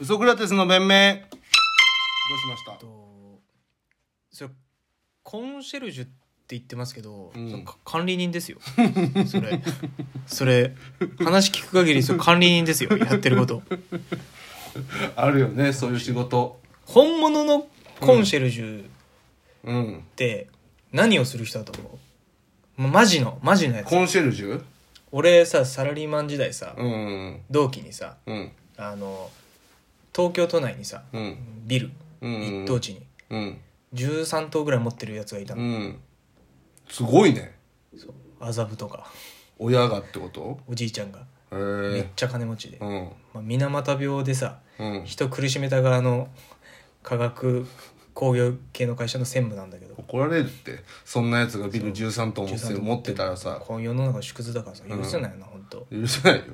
ウソクラテスの弁明どうしましたとそれコンシェルジュって言ってますけど、うんそのか管理人ですよ それそれ話聞く限りそれ管理人ですよやってることあるよねそういう仕事本物のコンシェルジュっうんて何をする人だと思う、まマジのマジのやつコンシェルジュ俺さサラリーマン時代さ、うん同期にさうんあの東京都内にさうんビルうん一等地にうん13棟ぐらい持ってるやつがいたうのんすごいねそう麻布とか親がってことおじいちゃんがへめっえちゃ金持ちで、うんまあ、水俣病でさうん人苦しめた側の化学工業系の会社の専務なんだけど怒られるってそんなやつがビル13トン持って13持ってたらさこの世の中縮図だからさ許せないよな、ほんと、本許せないよ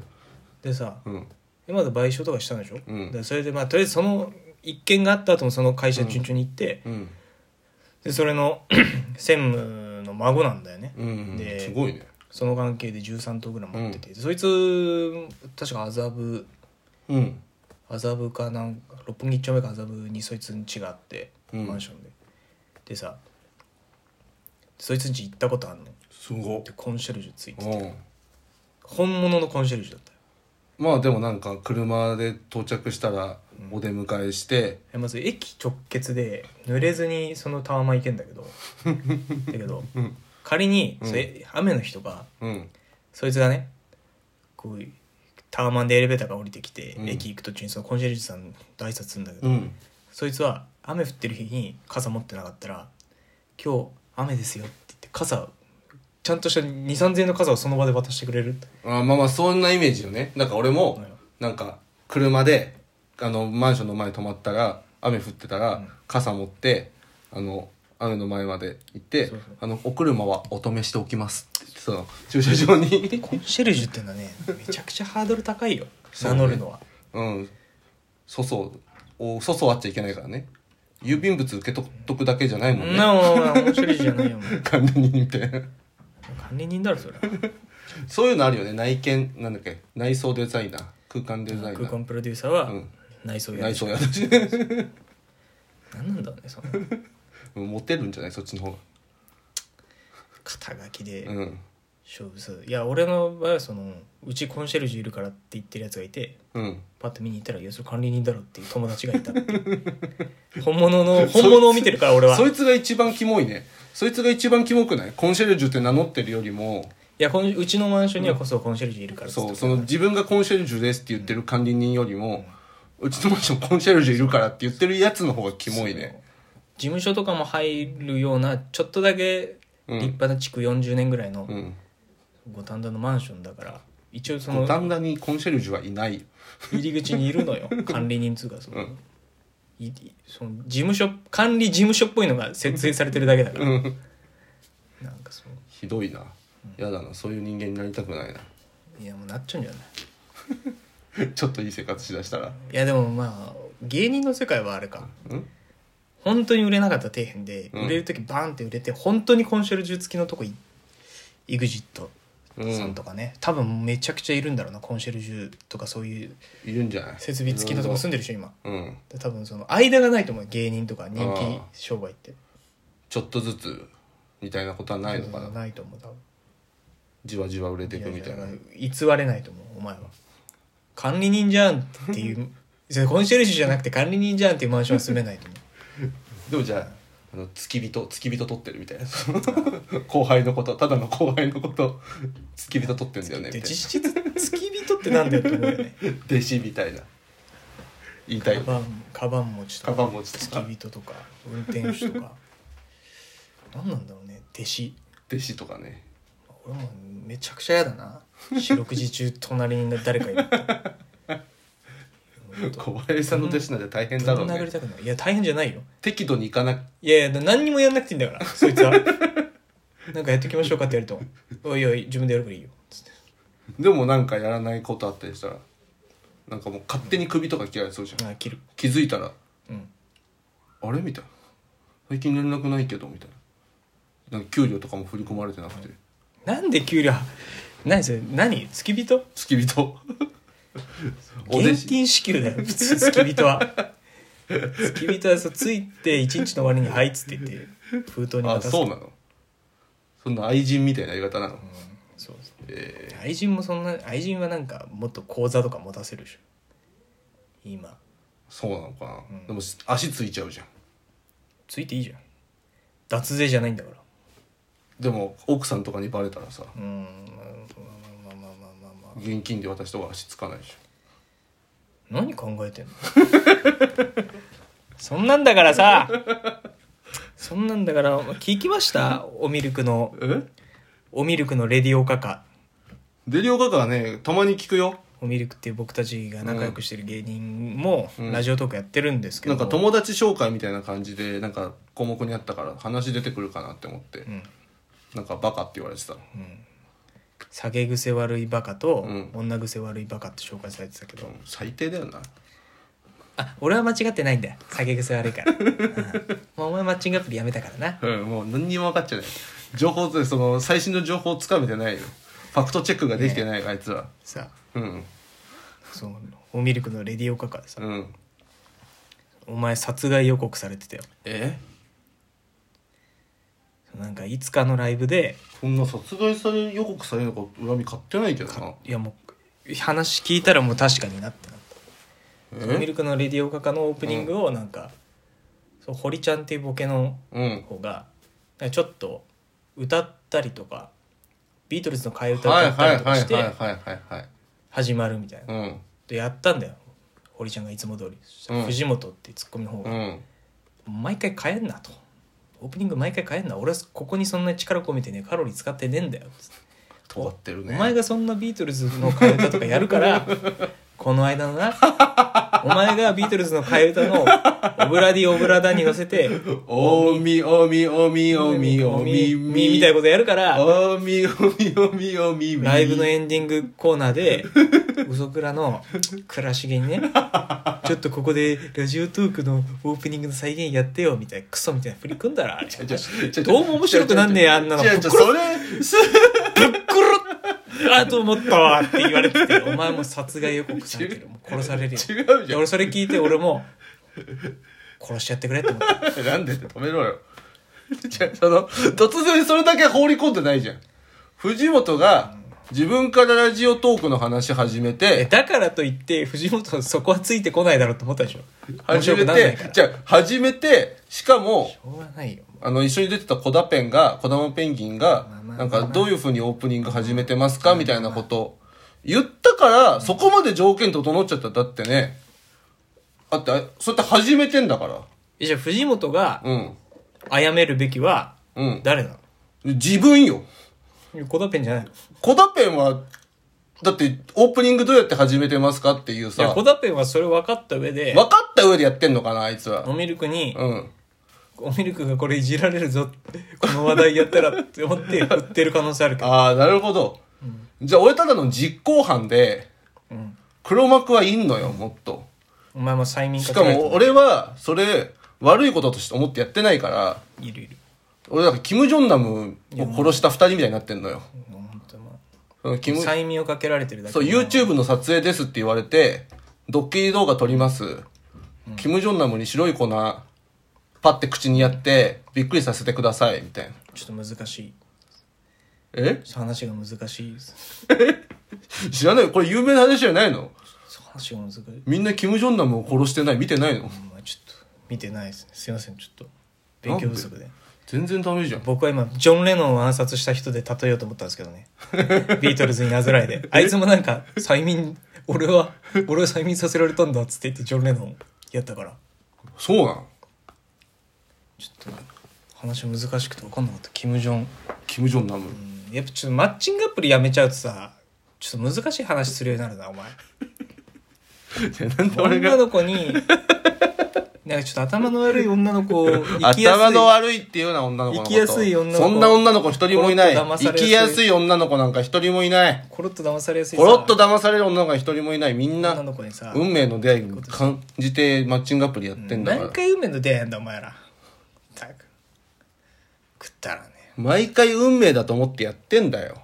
当でさうんでまだ賠償とかしたんでしょ、うんでそれでまあとりあえずその一件があった後もその会社順調に行って、うんでそれの 専務の孫なんだよね、うんですごいねその関係で13頭ぐらい持ってて、でそいつ確か麻布うん麻布かなんか六本木一丁目か麻布にそいつん家があって、うんマンションででさそいつん家行ったことあんのすごっでコンシェルジュついててうん本物のコンシェルジュだったよまあでもなんか車で到着したらお出迎えしてえまず駅直結で濡れずにそのタワマン行けんだ けどだけど、仮に、それ雨の日とかうんそいつがねこうタワマンでエレベーターが降りてきて、うん駅行く途中にそのコンシェルジュさんと挨拶するんだけど、うんそいつは雨降ってる日に傘持ってなかったら「今日雨ですよ」って言って傘ちゃんとした2 3 0 0円の傘をその場で渡してくれるあまあまあそんなイメージよねなんか俺もなんか車であのマンションの前泊まったら雨降ってたら傘持ってあの雨の前まで行ってそうそう「あのお車はお止めしておきます」って言ってその駐車場 にコンシェルジュってのはねめちゃくちゃハードル高いよそう名ね乗るのは、うん粗相を粗相あっちゃいけないからね郵便物受け取っとくだけじゃないもんんなねもんコンシェルジュじゃないよお前管理人みたいな管理人だろそれはそういうのあるよね内見なんだっけ内装デザイナー空間デザイナ空ー間プロデューサーはうん内装や内る、装やるし何なんだろうねそのうんモテるんじゃないそっちの方が肩書きでうん勝負するいや俺の場合はそのうちコンシェルジュいるからって言ってるやつがいてうんパッと見に行ったら「いやそれ管理人だろ」っていう友達がいたっていう 本物の本物を見てるから俺はそいいつが一番キモいねそいつが一番キモくないコンシェルジュって名乗ってるよりもやこのうちのマンションにはこそコンシェルジュいるからっつってそうその自分がコンシェルジュですって言ってる管理人よりも、うちのマンションコンシェルジュいるからって言ってるやつの方がキモいね事務所とかも入るようなちょっとだけ立派な築40年ぐらいのうん五反田のマンションだから一応そ五の反田にコンシェルジュはいない入り口にいるの よ管理人っつうかその,、うんいその事務所管理事務所っぽいのが設営されてるだけだから、うんなんかそうひどいなやだなそういう人間になりたくない ないやもうなっちゃうんじゃないちょっといい生活しだしたらいやでもまあ芸人の世界はあれかうん本当に売れなかったら底辺で、うん売れる時バーンって売れて本当にコンシェルジュ付きのとこい EXIT うんさんとかね、多分めちゃくちゃいるんだろうなコンシェルジュとかそういういるんじゃない設備付きのとこ住んでるでしょ今うんで多分その間がないと思う芸人とか人気商売ってちょっとずつみたいなことはないのかなないと思う多分じわじわ売れていくみいたいなやいや偽れないと思うお前は管理人じゃんっていう それコンシェルジュじゃなくて管理人じゃんっていうマンションは住めないと思うでもじゃああの付き人付き人取ってるみたいな 後輩のことただの後輩のこと付き人取ってんだよねみでたい実質付き人ってなんだよって思うよねな弟子みたいな言いたいカバンカバン持ちとカかバン持ちと付かき人とか運転手とか何なんだろうね弟子弟子とかね俺もめちゃくちゃ嫌だな四六時中隣に誰かいるって小林さんの弟子なんて大変だろうぶん殴ねりたくないいや大変じゃないよ適度にいかないやいや何にもやんなくていいんだからそいつはなんかやってきましょうかってやると「おいおい自分でやるからいいよ」つってでもなんかやらないことあったりしたらなんかもう勝手に首とか切られそうじゃんあ切る気づいたらうんあれみたいな最近連絡ないけどみたいななんか給料とかも振り込まれてなくてなんで給料何それ何付き人付き人お弟現子金支給だよ普通付き人は 付き人はさついて一日の終わりに「はい」っつって言って封筒にあ渡すそうなのそんな愛人みたいな言い方なの、うんそうそうえ愛人もそんな愛人はなんかもっと口座とか持たせるでしょ今ーそうなのかな、うんでも足ついちゃうじゃんついていいじゃん脱税じゃないんだからでも奥さんとかにバレたらさうーんまあまあまあまあまあまあまあ現金で渡した方が足つかないでし何考えてんの そんなんだからさそんなんだから聞きましたおミルクのょえおミルクのレディオカカデリオカカはねたまに聞くよおミルクっていう僕たちが仲良くしてる芸人もうんラジオトークやってるんですけなど、んか友達紹介みたいな感じでなんか項目にあったから話出てくるかなって思って、うんなんかバカって言われてたうん下げ癖悪いバカと、うん女癖悪いバカって紹介されてたけど、最低だよなあ俺は間違ってないんだよ下げ癖悪 いから、うんもうお前マッチングアプリやめたからなうんもう何にも分かっちゃない情報ってその最新の情報をつかめてないよファクトチェックができてない、あいつらさうんそうおミルクのレディオカカでさ、うんお前殺害予告されてたよえなんかいつかのライブでそんな殺害され予告されるのか恨み買ってないけどないやもう話聞いたらもう確かになってなったミえルクのレディオカカのオープニングをなんか、そう堀ちゃんっていうボケのうん方がなんかちょっと歌ったりとかビートルズの替え歌をはい歌はったいりとかはいはいしてはいはいはい始まるみたいなうんでやったんだよ堀ちゃんがいつも通りそしたらうん藤本っていうツッコミの方うがん毎回変えんなとオープニング毎回変えんな俺はここにそんな力込めてねカロリー使ってねえんだよつって尖ってるおね前がそんなビートルズの替え歌とかやるから この間のなお前がビートルズの替え歌の「オブラディオブラダ」に乗せ て「おみおみおみおみおみみ」みたいなことやるからおみおみおみおみみライブのエンディングコーナ ーで嘘倉の倉重にね「ちょっとここでラジオトークのオープニングの再現やってよ」みたいなクソみたいな振り組んだらあれちょちょどうも面白くなんねえあんなの違う違うぶっそれすあと思ったわって言われててお前も殺害予告されてるもう殺され違るようじでゃん俺それ聞いて俺も殺しちゃってくれって思ったなんでって止めろよ。じゃあその、突然それだけ放り込んでないじゃん。藤本が、自分からラジオトークの話始めえて、だからといって藤本はそこはついてこないだろうと思ったでしょ面始白くめなんないてから、しじゃあ始めて、しかも、ょうがないよあの、一緒に出てた小田ペンが、小玉ペンギンがまあま、あなんか、どういう風にオープニング始めてますかみたいなこと、言ったから、そこまで条件整っちゃった。だってね、だって、あそうやって始めてんだから。えじゃあ藤本がうん。殺めるべきはうん。誰な自分よ。の小田ペンじゃないのいコダペンは、だって、オープニングどうやって始めてますかっていうやさ、小分田ペンはそれ分かった上でかった上でやってんのかな、あいつは。おミルクにうん。おミルクがこれいじられるぞこの話題やったらって思って売ってる可能性あるけど、ああ、なるほど。じゃあ、俺ただの実行犯で、うん、黒幕はいんのよ、もっと。お前も催眠しかかけられても、俺は、それ、悪いこととして思ってやってないから、いるいる俺、だから、キム・ジョンナムを殺した二人みたいになってんのよ。本当まあそのキム、催眠をかけられてるだけそう、YouTube の撮影ですって言われて、ドッキリ動画撮ります。キム・ジョンナムに白い粉、パッて口にやって、びっくりさせてください、みたいな。ちょっと難しいえ話が難しいです知らないよこれ有名な話じゃないの話が難しいみんなキム・ジョンナムを殺してない、見てないのまあちょっと見てないですねすいませんちょっと勉強不足で全然ダメじゃん。僕は今ジョン・レノンを暗殺した人で例えようと思ったんですけどね ビートルズになぞらえてあいつもなんか催眠俺は俺は催眠させられたんだっつって言ってジョン・レノンやったからそうなのちょっと話難しくて分かんなかったキム・ジョン、キム・ジョンナム。うんやっぱちょっとマッチングアプリやめちゃうとさちょっと難しい話するようになるなお前じゃあ なんで俺女が、の子 になんかちょっと頭の悪い女の子を生きやすい頭の悪いっていうような女の子のこと。生きやすい女の子そんな女の子一人もいない。コロッと騙さ生れやすいきやすい女の子なんか一人もいない。コロッと騙されやすいさコロッと騙される女の子が一人もいない。みんな女、の子にさ、運命の出会いに感じてマッチングアプリやってんだから、何回運命の出会いなんだお前らったく食ったらね毎回運命だと思ってやってんだよ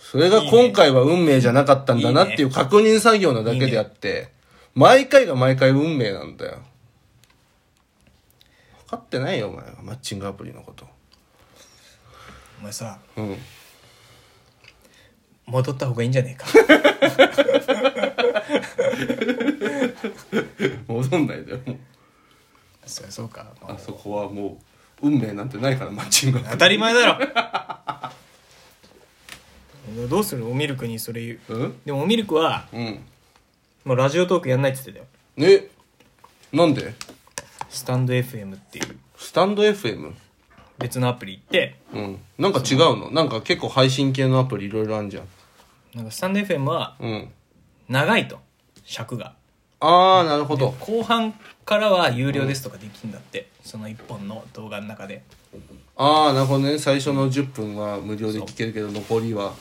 それが今回は運命じゃなかったんだなっていう確認作業なだけであって、毎回が毎回運命なんだよ。分かってないよ、お前は。マッチングアプリのこと。お前さうん。戻った方がいいんじゃねえか 戻んないでよ、もうそうそうか、まああそこはもう、運命なんてないから、マッチングアプリ当。たり前だろ どうするおミルクにそれ言ううんでもおミルクはうん。もうラジオトークやんないって言ってたよえなんでスタンド FM っていうスタンド FM? 別のアプリ行ってうん。なんか違うのなんか結構配信系のアプリいろいろあんじゃん。なんかスタンド FM はうん。長いと尺があー、なるほど。後半からは有料ですとかできんだって、その1本の動画の中でああなるほどね最初の10分は無料で聞けるけど残りは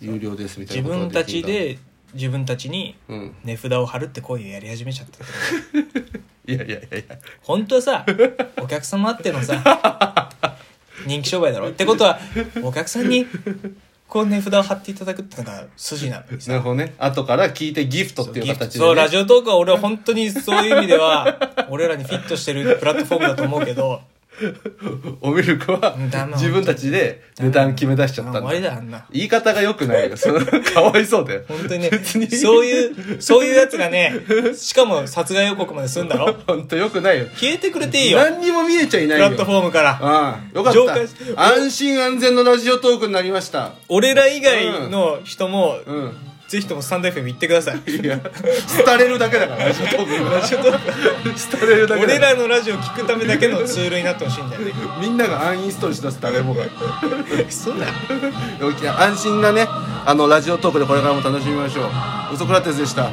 有料ですみたい自なこと分がたきちんだで自分たちにうん値札を貼るって行為をやり始めちゃったいやいやいやいや本当 はさお客様あってのさ人気商売だろってことはお客さんにこう値札を貼っていただくってのが筋なのにさなるほどね後から聞いてギフトっていう形で、ね、そうラジオトークは俺は本当にそういう意味では俺らにフィットしてるプラットフォームだと思うけどオミルクはうんダメ自分たちで値段決め出しちゃったんだあ終わりだあんな言い方が良くないよそのかわいそうだよ本当にね別にそういうそういうやつがねしかも殺害予告まで済んだろ本当良くないよ消えてくれていいよ何にも見えちゃいなプいよラットフォームからああよか浄化しった安心安全のラジオトークになりました俺ら以外の人も、うんぜひともスタンド FM 行ってくださいいや廃れるだけ だからラジオトーク ラジオトーク廃れるだけだ俺らのラジオ聞くためだけのツールになってほしいんだよねみんながアンインストールしだす誰もが そうだ大きな安心なねあのラジオトークでこれからも楽しみましょうウソクラテスでした